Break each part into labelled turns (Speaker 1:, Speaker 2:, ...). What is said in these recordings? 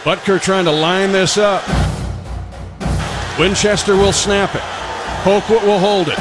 Speaker 1: Butker trying to line this up. Winchester will snap it. Colquitt will hold it.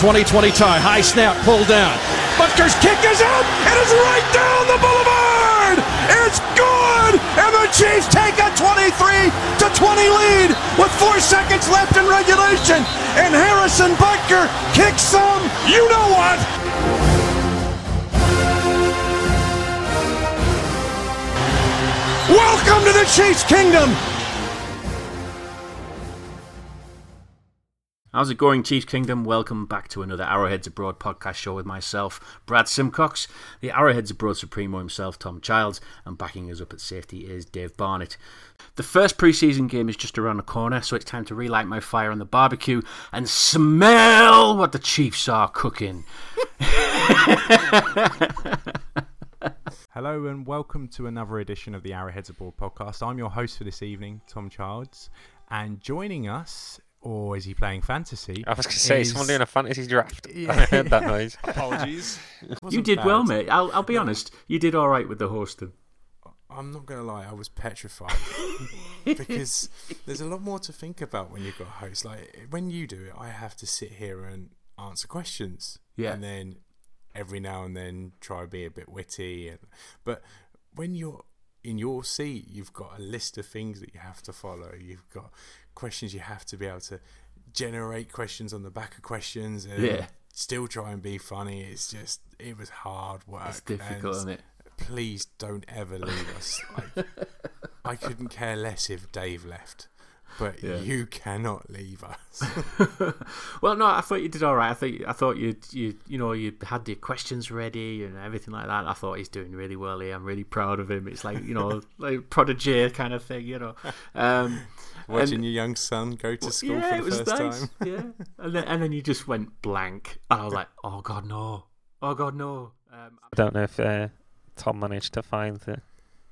Speaker 1: Twenty-twenty tie. High snap. Pull down. Butker's kick is out. It is right down the boulevard. It's good, and the Chiefs take a 23 to 20 lead with four seconds left in regulation. And Harrison Butker kicks some. You know what? Welcome to the Chiefs Kingdom.
Speaker 2: How's it going, Chiefs Kingdom? Welcome back to another Arrowheads Abroad podcast show with myself, Brad Simcox, the Arrowheads Abroad Supremo himself, Tom Childs, and backing us up at safety is Dave Barnett. The first preseason game is just around the corner, so it's time to relight my fire on the barbecue and smell what the Chiefs are cooking.
Speaker 3: Hello and welcome to another edition of the Arrowheads Abroad podcast. I'm your host for this evening, Tom Childs, and joining us, or is he playing fantasy?
Speaker 4: I was going to say,
Speaker 3: is-
Speaker 4: someone doing a fantasy draft.
Speaker 3: Yeah.
Speaker 4: I heard that noise.
Speaker 5: Apologies.
Speaker 2: you
Speaker 3: Wasn't
Speaker 2: did well,
Speaker 3: bad.
Speaker 2: mate. I'll, I'll be honest. You did all right with the hosting.
Speaker 5: I'm not going to lie, I was petrified because there's a lot more to think about when you've got a host. Like when you do it, I have to sit here and answer questions.
Speaker 2: Yeah.
Speaker 5: And then every now and then try to be a bit witty. And, but when you're in your seat, you've got a list of things that you have to follow. You've got questions you have to be able to generate questions on the back of questions and
Speaker 2: Yeah.
Speaker 5: still try and be funny. It's just, it was hard work.
Speaker 2: It's difficult,
Speaker 5: and
Speaker 2: isn't it?
Speaker 5: please don't ever leave us. Like, I couldn't care less if Dave left, but
Speaker 2: Yeah.
Speaker 5: you cannot leave us.
Speaker 2: Well, no, I thought you did all right. I think I thought you you you know you had your questions ready and everything like that. I thought he's doing really well here. I'm really proud of him. It's like you know like prodigy kind of thing, you know. Um,
Speaker 5: Watching your young son go to school
Speaker 2: yeah,
Speaker 5: for the
Speaker 2: it was
Speaker 5: first
Speaker 2: nice.
Speaker 5: time.
Speaker 2: yeah, and then, and then you just went blank, and I was like, oh god no, oh god no. Um,
Speaker 4: I don't know if uh, Tom managed to find the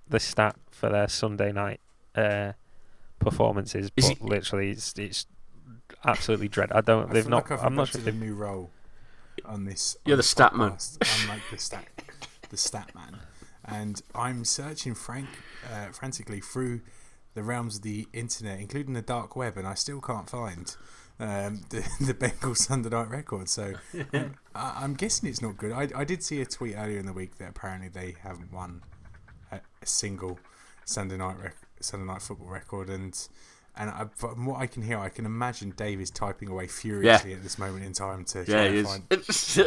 Speaker 4: the stat for their Sunday night uh, performances,
Speaker 2: Is
Speaker 4: but literally, it's it's absolutely dread. I don't.
Speaker 5: I
Speaker 4: They've
Speaker 5: feel
Speaker 4: not.
Speaker 5: Like I've
Speaker 4: I'm not sure.
Speaker 5: adopted
Speaker 4: They've,
Speaker 5: a new role on this.
Speaker 2: You're
Speaker 5: on
Speaker 2: the
Speaker 5: this
Speaker 2: stat man.
Speaker 5: podcast. I'm like the stat, the stat man, and I'm searching frank, uh, frantically through the realms of the internet, including the dark web, and I still can't find um, the the Bengal Sunday Night record. So um, I, I'm guessing it's not good. I, I did see a tweet earlier in the week that apparently they haven't won a, a single Sunday night rec- Sunday night football record, and and I, from what I can hear, I can imagine Dave is typing away furiously at this moment in time to try
Speaker 6: Yeah,
Speaker 5: and
Speaker 6: he
Speaker 5: find.
Speaker 6: is.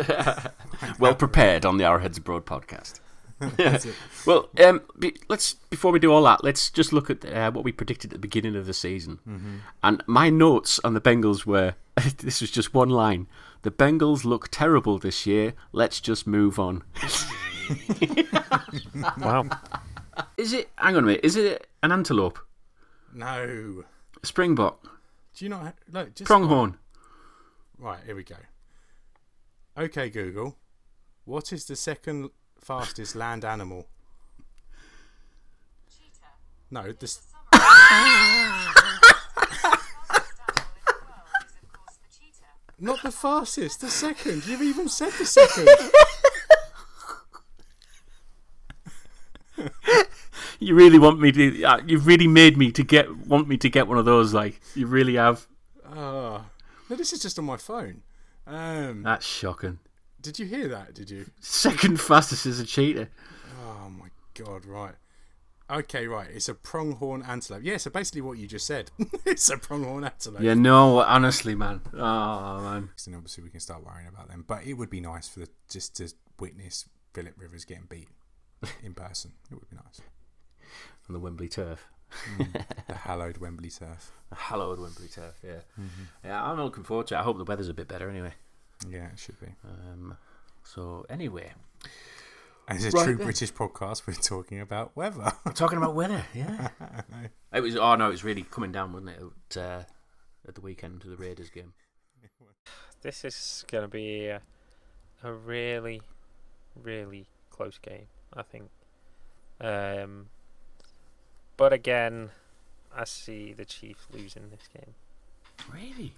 Speaker 6: well prepared on the Arrowheads Abroad podcast.
Speaker 5: That's it.
Speaker 6: Well, um, be, let's before we do all that, let's just look at uh, what we predicted at the beginning of the season. And my notes on the Bengals were: this was just one line. The Bengals look terrible this year. Let's just move on.
Speaker 4: wow.
Speaker 6: Is it? Hang on a minute. Is it an antelope?
Speaker 5: No,
Speaker 6: A springbok?
Speaker 5: do you not ha- look? Just
Speaker 6: Pronghorn?
Speaker 5: right here we go. Okay, Google, what is the second fastest land animal? No, this. Not the fastest, the second. You've even said the second.
Speaker 6: You really want me to? Uh, you've really made me to get want me to get one of those. Like you really have.
Speaker 5: Ah, no, this is just on my phone. Um,
Speaker 6: That's shocking.
Speaker 5: did you hear that? Did you?
Speaker 6: Second fastest is a cheater.
Speaker 5: Oh my god! Right. Okay, right. It's a pronghorn antelope. Yeah. So basically, what you just said. it's a pronghorn antelope.
Speaker 6: Yeah, no, honestly, man. Oh man.
Speaker 5: And obviously, we can start worrying about them. But it would be nice for the, just to witness Philip Rivers getting beat in person. It would be nice.
Speaker 6: On the Wembley turf.
Speaker 5: The hallowed Wembley turf.
Speaker 6: Hallowed Wembley turf, yeah.
Speaker 2: Mm-hmm.
Speaker 6: Yeah, I'm looking forward to it. I hope the weather's a bit better anyway.
Speaker 5: Yeah, it should be.
Speaker 6: Um, so, anyway,
Speaker 5: As a
Speaker 6: Right
Speaker 5: true
Speaker 6: then.
Speaker 5: British podcast, we're talking about weather.
Speaker 6: we're talking about weather, yeah. it was, oh no, it was really coming down, wasn't it, at, uh, at the weekend to the Raiders game?
Speaker 4: This is going to be a, a really, really close game, I think. Um, but again, I see the Chiefs losing this game.
Speaker 6: Really?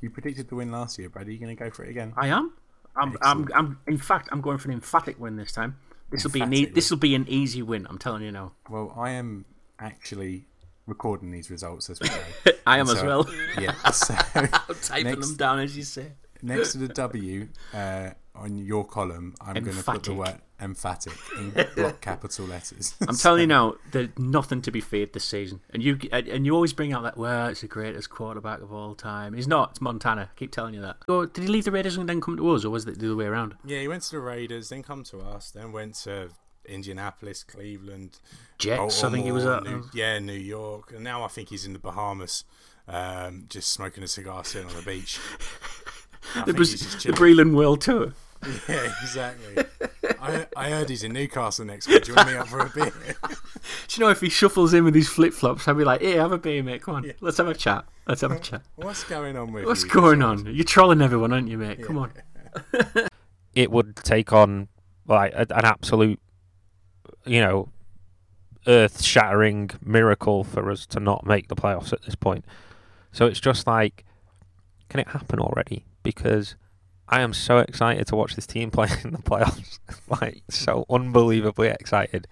Speaker 5: You predicted the win last year, Brad. Are you going to go for it again?
Speaker 2: I am. I'm, I'm,
Speaker 5: Excellent.
Speaker 2: I'm. In fact, I'm going for an emphatic win this time. This will be an e-
Speaker 5: Emphatic win.
Speaker 2: this will be an easy win. I'm telling you now.
Speaker 5: Well, I am actually recording these results as we go.
Speaker 2: I am
Speaker 5: And
Speaker 2: as
Speaker 5: so-
Speaker 2: well.
Speaker 5: Yeah. So
Speaker 2: Typing
Speaker 5: Next-
Speaker 2: them down as you say.
Speaker 5: next to the W uh, on your column, I'm going to put the
Speaker 2: Emphatic.
Speaker 5: word emphatic in block capital letters.
Speaker 2: I'm telling you now, there's nothing to be feared this season. And you and you always bring out that well, it's the greatest quarterback of all time. He's not. It's Montana. I keep telling you that. Or did he leave the Raiders and then come to us, or was it the other way around?
Speaker 5: Yeah, he went to the Raiders, then come to us, then went to Indianapolis, Cleveland,
Speaker 2: Jets. I think he was
Speaker 5: Baltimore,
Speaker 2: at. um,
Speaker 5: New, yeah, New York, and now I think he's in the Bahamas, um, just smoking a cigar, sitting on the beach. I
Speaker 2: The,
Speaker 5: think
Speaker 2: Braz-
Speaker 5: he's just
Speaker 2: the
Speaker 5: chilling.
Speaker 2: Breland World Tour.
Speaker 5: yeah, exactly. I, I heard he's in Newcastle next week. Do you want me up for a beer?
Speaker 2: Do you know if he shuffles in with his flip flops, I'd be like, "Hey, have a beer, mate. Come on, let's have a chat. Let's have a chat.
Speaker 5: What's going on with
Speaker 2: What's
Speaker 5: you?
Speaker 2: going on? You're trolling everyone, aren't you, mate? Come on."
Speaker 4: it would take on like a, an absolute, you know, earth-shattering miracle for us to not make the playoffs at this point. So it's just like, can it happen already? Because I am so excited to watch this team play in the playoffs, like so unbelievably excited,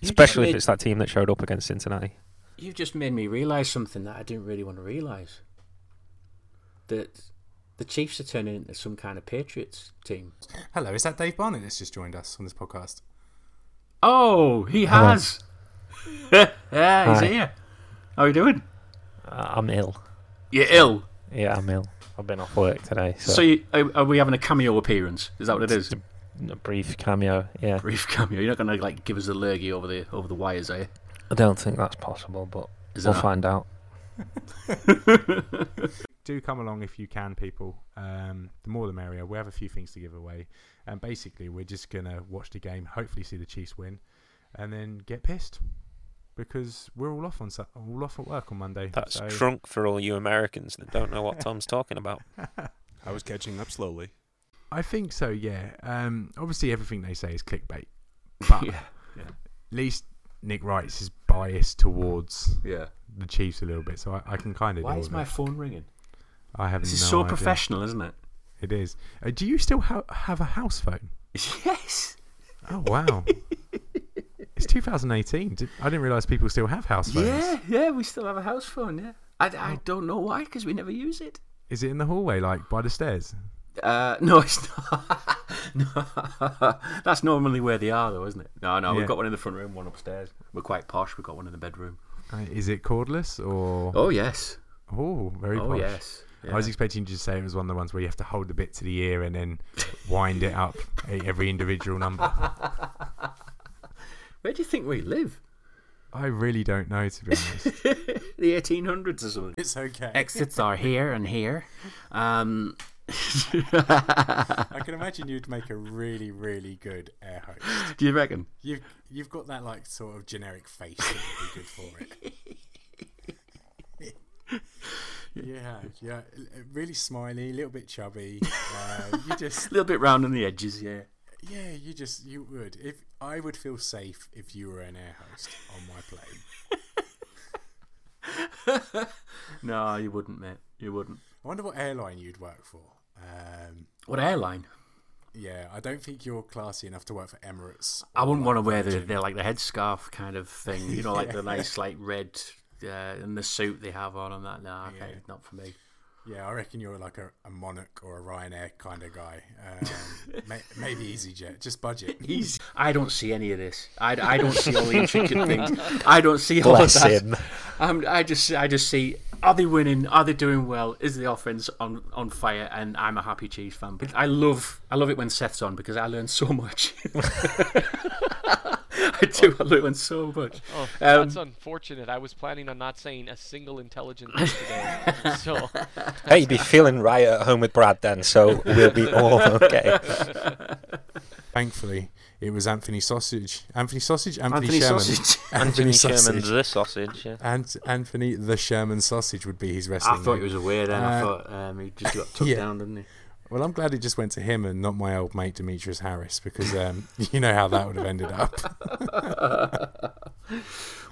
Speaker 2: You
Speaker 4: especially
Speaker 2: just
Speaker 4: if it's that team that showed up against Cincinnati.
Speaker 2: You've just made me realise something that I didn't really want to realise. That the Chiefs are turning into some kind of Patriots team.
Speaker 5: Hello, is that Dave Barnett that's just joined us on this podcast?
Speaker 2: Oh, he
Speaker 4: Hello.
Speaker 2: has. yeah, he's
Speaker 4: Hi.
Speaker 2: here. How are you doing?
Speaker 4: I'm ill.
Speaker 2: You're ill.
Speaker 4: Yeah, I'm ill. I've been off work today, so,
Speaker 2: So, you, are, are we having a cameo appearance? Is that what it is?
Speaker 4: Just a brief cameo. Yeah,
Speaker 2: Brief cameo. You're not going to like give us a lurgy over the over the wires, are you?
Speaker 4: I don't think that's possible, but
Speaker 2: Is
Speaker 4: we'll
Speaker 2: that-
Speaker 4: find out.
Speaker 7: do come along if you can, people. Um, the more the merrier. We have a few things to give away, and basically we're just gonna watch the game, hopefully see the Chiefs win, and then get pissed because we're all off on Su- all off at work on Monday.
Speaker 8: That's
Speaker 7: so-
Speaker 8: drunk for all you Americans that don't know what Tom's talking about.
Speaker 1: I was catching up slowly.
Speaker 7: I think so. Yeah. Um, obviously, everything they say is clickbait, but
Speaker 2: Yeah.
Speaker 7: at least Nick Wright's is biased towards
Speaker 1: Yeah.
Speaker 7: the Chiefs a little bit, so I, I can kind of.
Speaker 2: Why
Speaker 7: deal
Speaker 2: is
Speaker 7: with
Speaker 2: my
Speaker 7: It.
Speaker 2: phone ringing?
Speaker 7: I have
Speaker 2: This is
Speaker 7: no
Speaker 2: so
Speaker 7: idea.
Speaker 2: professional, isn't it?
Speaker 7: It is. Uh, do you still ha- have a house phone?
Speaker 2: Yes.
Speaker 7: Oh wow! it's 2018. Did- I didn't realize people still have house phones.
Speaker 2: Yeah, yeah. We still have a house phone. Yeah. I, I don't know why because we never use it.
Speaker 7: Is it in the hallway, like by the stairs?
Speaker 2: Uh, no, it's not. no. That's normally where they are, though, isn't it? No, no,
Speaker 7: Yeah.
Speaker 2: we've got one in the front room, one upstairs. We're quite posh. We've got one in the bedroom.
Speaker 7: Uh, is it cordless or?
Speaker 2: Oh yes.
Speaker 7: Oh, very
Speaker 2: Oh
Speaker 7: posh.
Speaker 2: yes.
Speaker 7: I was expecting you to say it was one of the ones where you have to hold the bit to the ear and then wind it up at every individual number.
Speaker 2: Where do you think we live?
Speaker 7: I really don't know, to be honest.
Speaker 2: The 1800s or something.
Speaker 5: It's okay.
Speaker 2: Exits are here and here. Um,
Speaker 5: I can imagine you'd make a really, really good air host.
Speaker 2: do you reckon?
Speaker 5: You've you've got that like sort of generic face that would be good for it. yeah, yeah, really smiley, a little bit chubby. Uh, you just
Speaker 2: A little bit round on the edges, yeah.
Speaker 5: yeah, you just you would. If I would feel safe if you were an air host on my plane.
Speaker 2: No, you wouldn't, mate. You wouldn't.
Speaker 5: I wonder what airline you'd work for. Um,
Speaker 2: What airline?
Speaker 5: yeah, I don't think you're classy enough to work for Emirates.
Speaker 2: I wouldn't want to wear the, the like the headscarf kind of thing. You know, like the nice like red uh, and the suit they have on and that. No, okay, not for me.
Speaker 5: Yeah, I reckon you're like a, a Monarch or a Ryanair kind of guy. Um, may, maybe EasyJet, just budget.
Speaker 2: I don't see any of this. I, I don't see all the intricate things. I don't see all
Speaker 4: Bless
Speaker 2: of that.
Speaker 4: him.
Speaker 2: I'm, I just I just see are they winning? Are they doing well? Is the offense on on fire? And I'm a happy Chiefs fan. But I love I love it when Seth's on because I learn so much. I do. I learn so much.
Speaker 9: Oh,
Speaker 2: Um,
Speaker 9: that's unfortunate. I was planning on not saying a single intelligent thing today. so,
Speaker 8: Hey, you'd be feeling right at home with Brad then, so we'll be all okay.
Speaker 5: Thankfully, it was Anthony Sausage. Anthony Sausage? Anthony,
Speaker 2: Anthony
Speaker 5: Sherman.
Speaker 2: Sausage.
Speaker 5: Anthony Sausage.
Speaker 8: the sausage. Yeah.
Speaker 5: And Anthony the Sherman Sausage would be his wrestling
Speaker 2: I thought
Speaker 5: name.
Speaker 2: it was a weird end. I
Speaker 5: Uh,
Speaker 2: thought um, he just got took
Speaker 5: yeah.
Speaker 2: down, didn't he?
Speaker 5: Well, I'm glad it just went to him and not my old mate Demetrius Harris because um, you know how that would have ended up.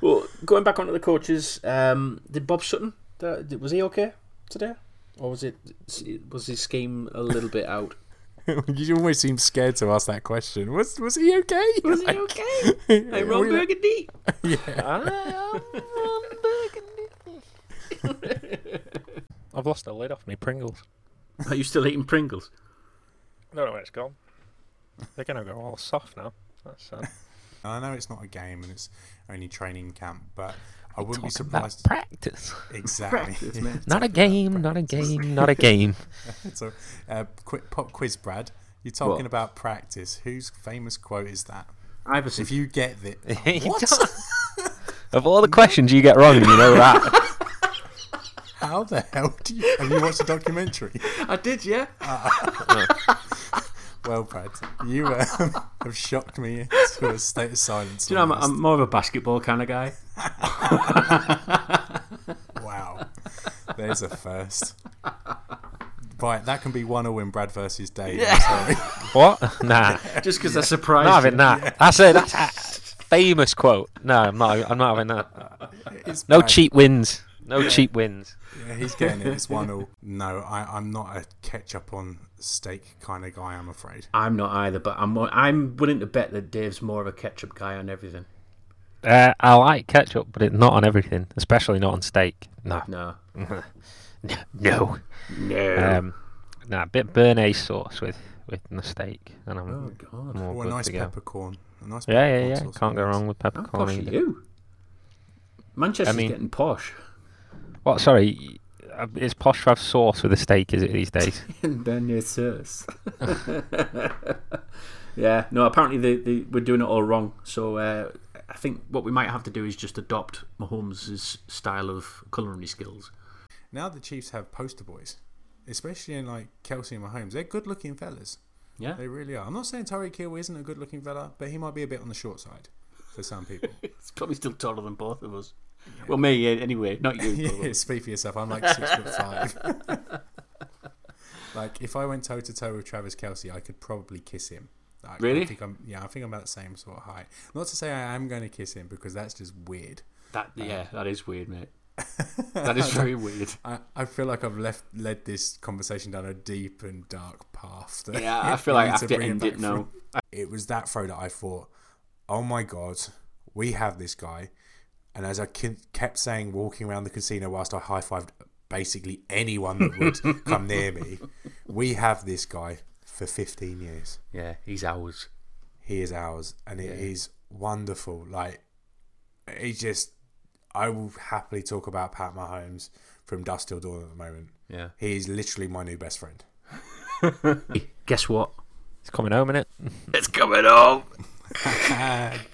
Speaker 2: Well, going back onto the coaches, um, did Bob Sutton? that- Was he okay today? Or was it was his scheme a little bit out?
Speaker 5: you almost seem scared to ask that question. Was was he okay?
Speaker 2: Was he okay? I
Speaker 5: Were
Speaker 2: Ron
Speaker 5: you-
Speaker 2: Burgundy.
Speaker 4: I've lost the lid off me Pringles.
Speaker 2: Are you still eating Pringles?
Speaker 4: I don't know where it's gone. They're gonna go all soft now. That's um, sad.
Speaker 5: I know it's not a game and it's only training camp, but I wouldn't be
Speaker 4: Talking about
Speaker 5: surprised.
Speaker 4: practice.
Speaker 5: Exactly.
Speaker 4: Not a game. Not a game. Not a game.
Speaker 5: so, uh, quick pop quiz, Brad. You're talking
Speaker 2: What?
Speaker 5: about practice. Whose famous quote is that?
Speaker 2: Iverson.
Speaker 5: If you get it,
Speaker 4: You
Speaker 5: what?
Speaker 4: don't- of all the questions you get wrong, you know that.
Speaker 5: How the hell do you? Have you watched a documentary?
Speaker 2: I did, yeah.
Speaker 5: Well, Brad, you um, have shocked me to a state of silence.
Speaker 2: Do you know, I'm,
Speaker 5: almost.
Speaker 2: I'm more of a basketball kind of guy.
Speaker 5: Wow. There's a first. Right, that can be one or win Brad versus Dave. I'm sorry.
Speaker 4: what? Nah.
Speaker 2: Just because I surprised
Speaker 4: not
Speaker 2: you.
Speaker 4: having that. That's it. That's a famous quote. No, I'm not. I'm not having that.
Speaker 5: It's
Speaker 4: No
Speaker 5: Brad.
Speaker 4: cheap wins. No cheap wins.
Speaker 5: Yeah, he's getting it. It's one all. No, I, I'm not a ketchup on steak kind of guy, I'm afraid.
Speaker 2: I'm not either, but I'm more, I'm willing to bet that Dave's more of a ketchup guy on everything.
Speaker 4: Uh, I like ketchup, but it's not on everything, especially not on steak. No,
Speaker 2: No,
Speaker 4: no.
Speaker 2: no.
Speaker 4: Um, nah, a bit béarnaise sauce with with the steak, and I'm,
Speaker 2: oh God,
Speaker 4: I'm all
Speaker 5: Or a
Speaker 4: good
Speaker 5: nice
Speaker 4: to go.
Speaker 5: peppercorn. A nice
Speaker 4: Yeah, yeah,
Speaker 5: peppercorn
Speaker 4: yeah.
Speaker 5: sauce.
Speaker 4: Can't go wrong with
Speaker 2: how
Speaker 4: peppercorn.
Speaker 2: Oh, posh are
Speaker 4: either.
Speaker 2: you? Manchester's
Speaker 4: I mean-
Speaker 2: getting posh.
Speaker 4: What? Sorry, uh, it's posh to have sauce with a steak, is it these days?
Speaker 2: And then your sis. yeah, no. Apparently, they, they we're doing it all wrong. So uh, I think what we might have to do is just adopt Mahomes' style of culinary skills.
Speaker 5: Now the Chiefs have poster boys, especially in like Kelsey and Mahomes. They're good looking fellas.
Speaker 2: Yeah.
Speaker 5: They really are. I'm not saying Tyreek Hill isn't a good looking fella, but he might be a bit on the short side for some people.
Speaker 2: He's probably still taller than both of us. Well, me yeah, anyway, not you. probably.
Speaker 5: yeah, speak for yourself. I'm like six foot five. like if I went toe to toe with Travis Kelsey, I could probably kiss him. Like,
Speaker 2: Really?
Speaker 5: I think I'm, yeah, I think I'm about the same sort of height. Not to say I am going to kiss him because that's just weird.
Speaker 2: That yeah, that is weird, mate. That is very weird.
Speaker 5: I, I feel like I've left led this conversation down a deep and dark path. that
Speaker 2: Yeah, I feel
Speaker 5: we
Speaker 2: like
Speaker 5: need
Speaker 2: I have to
Speaker 5: bring
Speaker 2: end
Speaker 5: back
Speaker 2: it now.
Speaker 5: from. It was that throw that I thought, oh my god, we have this guy. And as I ke- kept saying, walking around the casino whilst I high fived basically anyone that would come near me, we have this guy for 15 years.
Speaker 2: Yeah, he's ours.
Speaker 5: He is ours, and it is wonderful. Like, it's just, I will happily talk about Pat Mahomes from Dust Till Dawn at the moment.
Speaker 2: Yeah.
Speaker 5: He is literally my new best friend.
Speaker 2: Guess what?
Speaker 4: It's coming home, innit?
Speaker 2: It's coming home.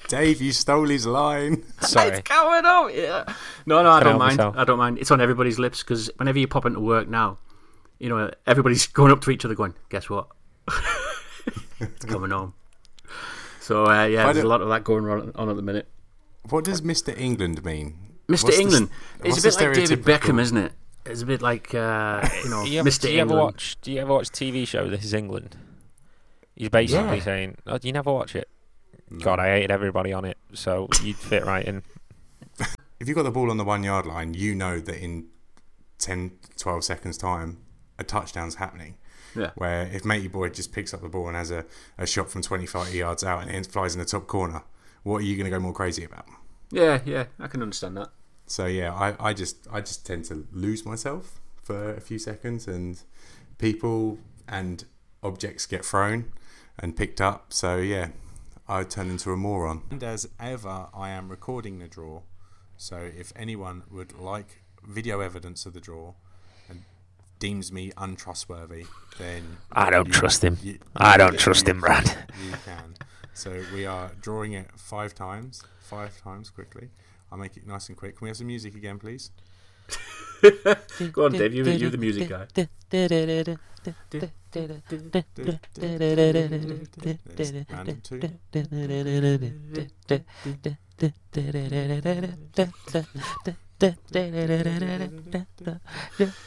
Speaker 5: Dave, you stole his line.
Speaker 4: Sorry.
Speaker 2: Coming home. oh, Yeah. No, no, I don't
Speaker 4: Couldn't help
Speaker 2: mind.
Speaker 4: myself.
Speaker 2: I don't mind. It's on everybody's lips because whenever you pop into work now, you know everybody's going up to each other, going, "Guess what? it's coming home." So uh, yeah, there's a
Speaker 5: don't-
Speaker 2: lot of that going on, on at the minute.
Speaker 5: What does Mr. England mean?
Speaker 2: Mr.
Speaker 5: What's the-
Speaker 2: England.
Speaker 5: what's
Speaker 2: it's
Speaker 5: the
Speaker 2: a bit like David
Speaker 5: stereotypical-
Speaker 2: Beckham, isn't it? It's a bit like uh, you know,
Speaker 4: Do you, ever,
Speaker 2: Mr.
Speaker 4: do you ever
Speaker 2: England.
Speaker 4: watch? Do you ever watch TV show? This is England. He's basically
Speaker 2: Yeah.
Speaker 4: saying, "Oh, do you never watch it?" God, I hated everybody on it, so you'd fit right in.
Speaker 5: If you got the ball on the one yard line, you know that in 10, 12 seconds' time, a touchdown's happening.
Speaker 2: Yeah.
Speaker 5: Where if Matey Boy just picks up the ball and has a, a shot from 25 yards out and it flies in the top corner, what are you going to go more crazy about?
Speaker 2: Yeah, yeah, I can understand that.
Speaker 5: So yeah, I, I just I just tend to lose myself for a few seconds, and people and objects get thrown and picked up. So yeah, I turn into a moron. And as ever, I am recording the draw. So if anyone would like video evidence of the draw and deems me untrustworthy, then
Speaker 4: I don't trust him.
Speaker 5: you-
Speaker 4: I don't
Speaker 5: you-
Speaker 4: trust him, Brad.
Speaker 5: you can. So we are drawing it five times, five times quickly. I'll make it nice and quick. Can we have some music again, please?
Speaker 2: Go on, Dave. You, you're the music guy.
Speaker 5: There's random two.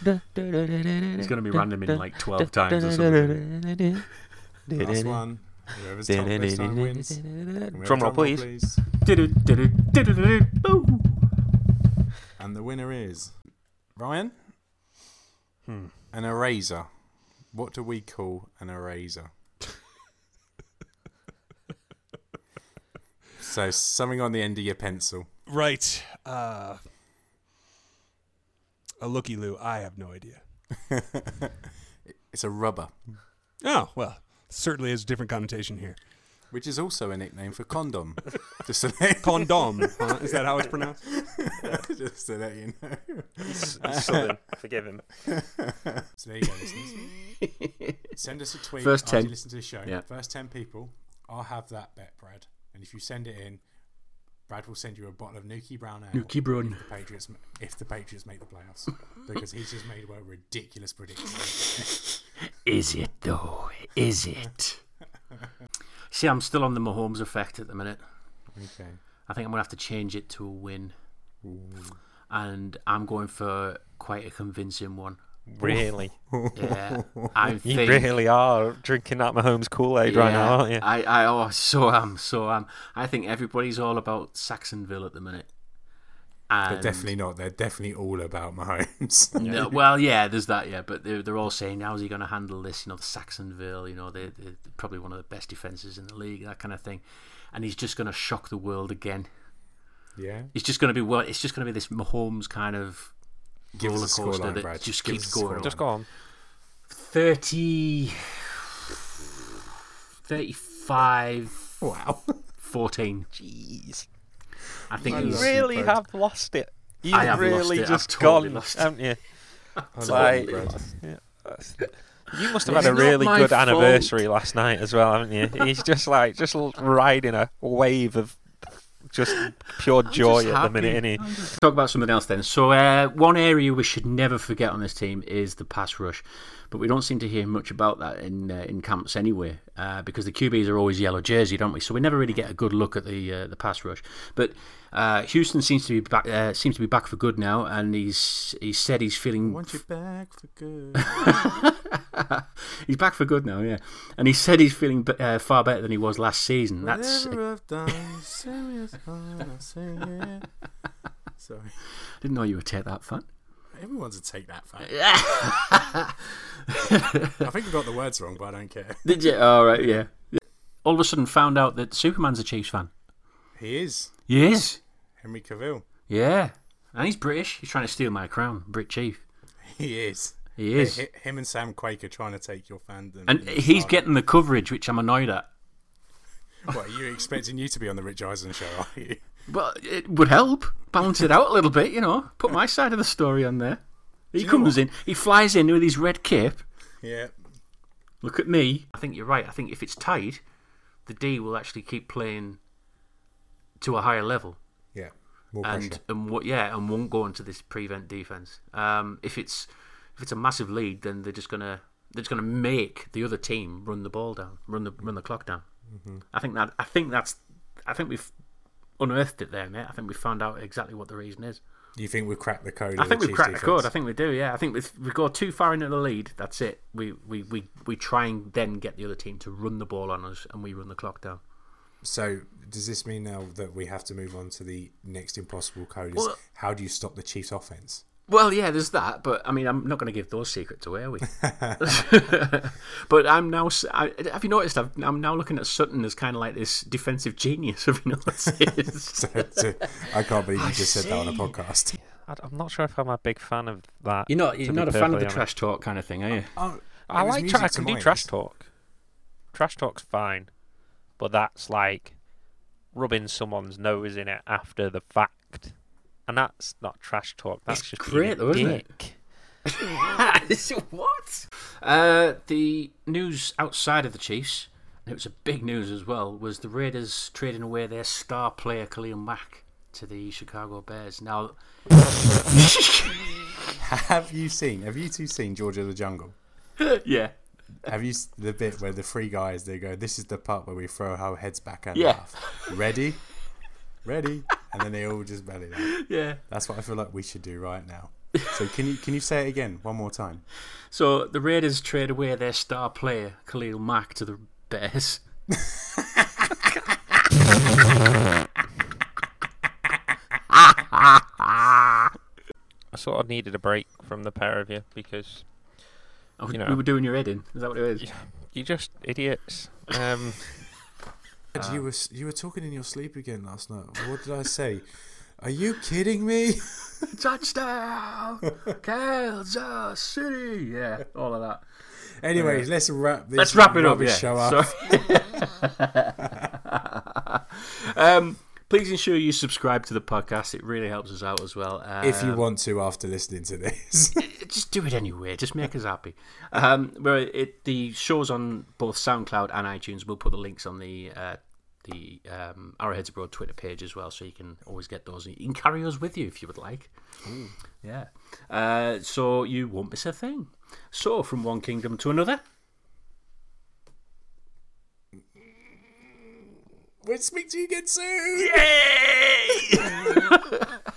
Speaker 2: It's going to be random in like 12 times or something.
Speaker 5: Last one. Whoever's top this time wins. Can we have
Speaker 4: Drum
Speaker 5: a
Speaker 4: roll, please.
Speaker 5: And the winner is Ryan. An eraser. What do we call an eraser? so something on the end of your pencil.
Speaker 10: Right. Uh, a looky loo. I have no idea.
Speaker 5: It's a rubber,
Speaker 10: Oh well, certainly has a different connotation here.
Speaker 5: which is also a nickname for condom. Just to let,
Speaker 10: Condom. huh? Is that how it's pronounced?
Speaker 5: just to let you know.
Speaker 4: Southern, forgive him.
Speaker 5: So there you go, listeners. send us a tweet
Speaker 6: First
Speaker 5: after
Speaker 6: 10.
Speaker 5: you listen to the show.
Speaker 6: Yeah.
Speaker 5: First 10 people, I'll have that bet, Brad. And if you send it in, Brad will send you a bottle of Nuki Brown Ale.
Speaker 6: Nuki Brown.
Speaker 5: If the Patriots, if the Patriots make the playoffs. because he's just made a ridiculous prediction.
Speaker 2: Is it though? Is it? See, I'm still on the Mahomes effect at the minute.
Speaker 5: Okay.
Speaker 2: I think I'm gonna have to change it to a win, and I'm going for quite a convincing one.
Speaker 4: Really?
Speaker 2: Yeah, I
Speaker 4: You
Speaker 2: think.
Speaker 4: really are drinking that Mahomes Kool Aid right now, aren't you?
Speaker 2: I, I oh, so am, so am. I think everybody's all about Saxonville at the minute. And
Speaker 5: Definitely not. They're definitely all about Mahomes.
Speaker 2: No, well, yeah, there's that, yeah. But they're, they're all saying, how's he going to handle this? You know, the Saxonville, you know, they, they're probably one of the best defences in the league, that kind of thing. And he's just going to shock the world again.
Speaker 5: yeah.
Speaker 2: It's just going to be, well, it's just going to be this Mahomes kind of
Speaker 5: Give
Speaker 2: roller
Speaker 5: us a
Speaker 2: coaster
Speaker 5: scoreline,
Speaker 2: that
Speaker 5: Brad.
Speaker 2: just
Speaker 5: Give
Speaker 2: keeps
Speaker 5: us a
Speaker 2: going.
Speaker 5: scoreline.
Speaker 2: on.
Speaker 4: Just go on.
Speaker 2: 30, 35,
Speaker 5: Wow.
Speaker 2: 14.
Speaker 4: Jeez.
Speaker 2: I think
Speaker 10: I
Speaker 2: it
Speaker 4: You
Speaker 2: was-
Speaker 10: love
Speaker 4: really
Speaker 10: you, Brad.
Speaker 4: have lost it. You've
Speaker 2: I have lost
Speaker 4: really
Speaker 2: it. I've
Speaker 4: just
Speaker 2: totally
Speaker 4: gone,
Speaker 2: lost it.
Speaker 4: haven't you?
Speaker 5: love you,
Speaker 4: Like-
Speaker 5: Brad.
Speaker 4: yeah, that's- you must have had
Speaker 2: It's
Speaker 4: a
Speaker 2: not
Speaker 4: really
Speaker 2: my
Speaker 4: good
Speaker 2: fault.
Speaker 4: anniversary last night as well, haven't you? He's just like just l- riding a wave of just pure joy
Speaker 2: just
Speaker 4: at the minute,
Speaker 2: happy.
Speaker 4: isn't he?
Speaker 2: talk about something else then. So, uh, one area we should never forget on this team is the pass rush, but we don't seem to hear much about that in uh, in camps anyway, uh, because the QBs are always yellow jersey, don't we? So we never really get a good look at the uh, the pass rush. But uh, Houston seems to be back uh, seems to be back for good now, and he's he's said he's feeling
Speaker 5: Want you back for good.
Speaker 2: he's back for good now, yeah. And he said he's feeling be- uh, far better than he was last season. That's I
Speaker 5: Whatever I've done, serious heart, I say yeah. Sorry.
Speaker 2: didn't know you would take that, fan.
Speaker 5: Everyone's a take that fact. I think I got the words wrong, but I don't care.
Speaker 2: Did you? All right, yeah. All of a sudden, found out that Superman's a Chiefs fan.
Speaker 5: He is
Speaker 2: He is.
Speaker 5: Henry Cavill.
Speaker 2: Yeah. And he's British. He's trying to steal my crown, Brit Chief.
Speaker 5: He is.
Speaker 2: He is.
Speaker 5: Hi- Him and Sam Quake are trying to take your fandom.
Speaker 2: And he's getting the coverage, which I'm annoyed at.
Speaker 5: What are you expecting you to be on the Rich Eisen show? Are you?
Speaker 2: Well, it would help. Balance it out a little bit, you know. Put my side of the story on there. He
Speaker 5: know
Speaker 2: comes
Speaker 5: what?
Speaker 2: in, he flies in with his red cape.
Speaker 5: Yeah.
Speaker 2: Look at me. I think you're right. I think if it's tight, the D will actually keep playing to a higher level.
Speaker 5: Yeah. More pressure.
Speaker 2: and and what yeah and won't go into this prevent defense. Um, if it's if it's a massive lead, then they're just gonna they're just gonna make the other team run the ball down, run the run the clock down. I think that I think that's I think we've unearthed it there, mate. I think we found out exactly what the reason is.
Speaker 5: you think we've cracked the code?
Speaker 2: I think we've cracked the code. I think we do. Yeah, I think if we go too far into the lead, that's it. We we we we try and then get the other team to run the ball on us, and we run the clock down.
Speaker 5: So does this mean now that we have to move on to the next impossible code? Is
Speaker 2: Well-
Speaker 5: how do you stop the Chiefs' offense?
Speaker 2: Well, yeah, there's that, but I mean, I'm not going to give those secrets away, are we? but I'm now. s- I, have you noticed? I've, I'm now looking at Sutton as kind of like this defensive genius. Have you noticed?
Speaker 5: I can't believe you just said that on a podcast.
Speaker 4: I, am not sure if I'm a big fan of that.
Speaker 2: you're not.
Speaker 4: to
Speaker 2: You're
Speaker 4: be
Speaker 2: not a fan of
Speaker 4: perfectly
Speaker 2: the
Speaker 4: honest.
Speaker 2: trash talk kind of thing, are you?
Speaker 5: Oh,
Speaker 4: I
Speaker 5: it was
Speaker 4: like
Speaker 5: music
Speaker 4: trash. I
Speaker 5: to
Speaker 4: can
Speaker 5: my
Speaker 4: do
Speaker 5: ears.
Speaker 4: trash talk. Trash talk's fine, but that's like rubbing someone's nose in it after the fact, and that's not trash talk. That's
Speaker 2: It's
Speaker 4: just
Speaker 2: great
Speaker 4: being a
Speaker 2: though, isn't it?
Speaker 4: dick.
Speaker 2: what? Uh, the news outside of the Chiefs, and it was a big news as well, was the Raiders trading away their star player Khalil Mack to the Chicago Bears. Now,
Speaker 5: Have you seen? Have you two seen George of the Jungle?
Speaker 2: yeah,
Speaker 5: Have you s- the bit where the three guys they go? This is the part where we throw our heads back and
Speaker 2: Yeah.
Speaker 5: laugh. Ready, ready, and then they all just belly laugh.
Speaker 2: yeah.
Speaker 5: That's what I feel like we should do right now. So can you can you say it again one more time?
Speaker 2: So the Raiders trade away their star player Khalil Mack to the Bears.
Speaker 4: I sort of needed a break from the pair of you because
Speaker 2: Oh,
Speaker 4: You know.
Speaker 2: We were doing your head in. Is that what it is?
Speaker 4: You just idiots. Um,
Speaker 5: And
Speaker 2: Uh,
Speaker 5: you were s- you were talking in your sleep again last night. What did I say? Are you kidding me?
Speaker 2: Touchdown, Kansas City. Yeah, all of that.
Speaker 5: Anyways, let's wrap this.
Speaker 2: Let's wrap it up.
Speaker 5: rubbish
Speaker 2: Yeah.
Speaker 5: Show up.
Speaker 2: Sorry. um, please ensure you subscribe to the podcast. It really helps us out as well. Um,
Speaker 5: If you want to, after listening to this,
Speaker 2: just do it anyway. Just make us happy. Um, where it the shows on both SoundCloud and iTunes. We'll put the links on the uh, the um, Arrowheads Abroad Twitter page as well, so you can always get those. You can carry us with you if you would like. Yeah. Uh, so you won't miss a thing. So from one kingdom to another.
Speaker 5: we'll speak to you again soon.
Speaker 2: Yay!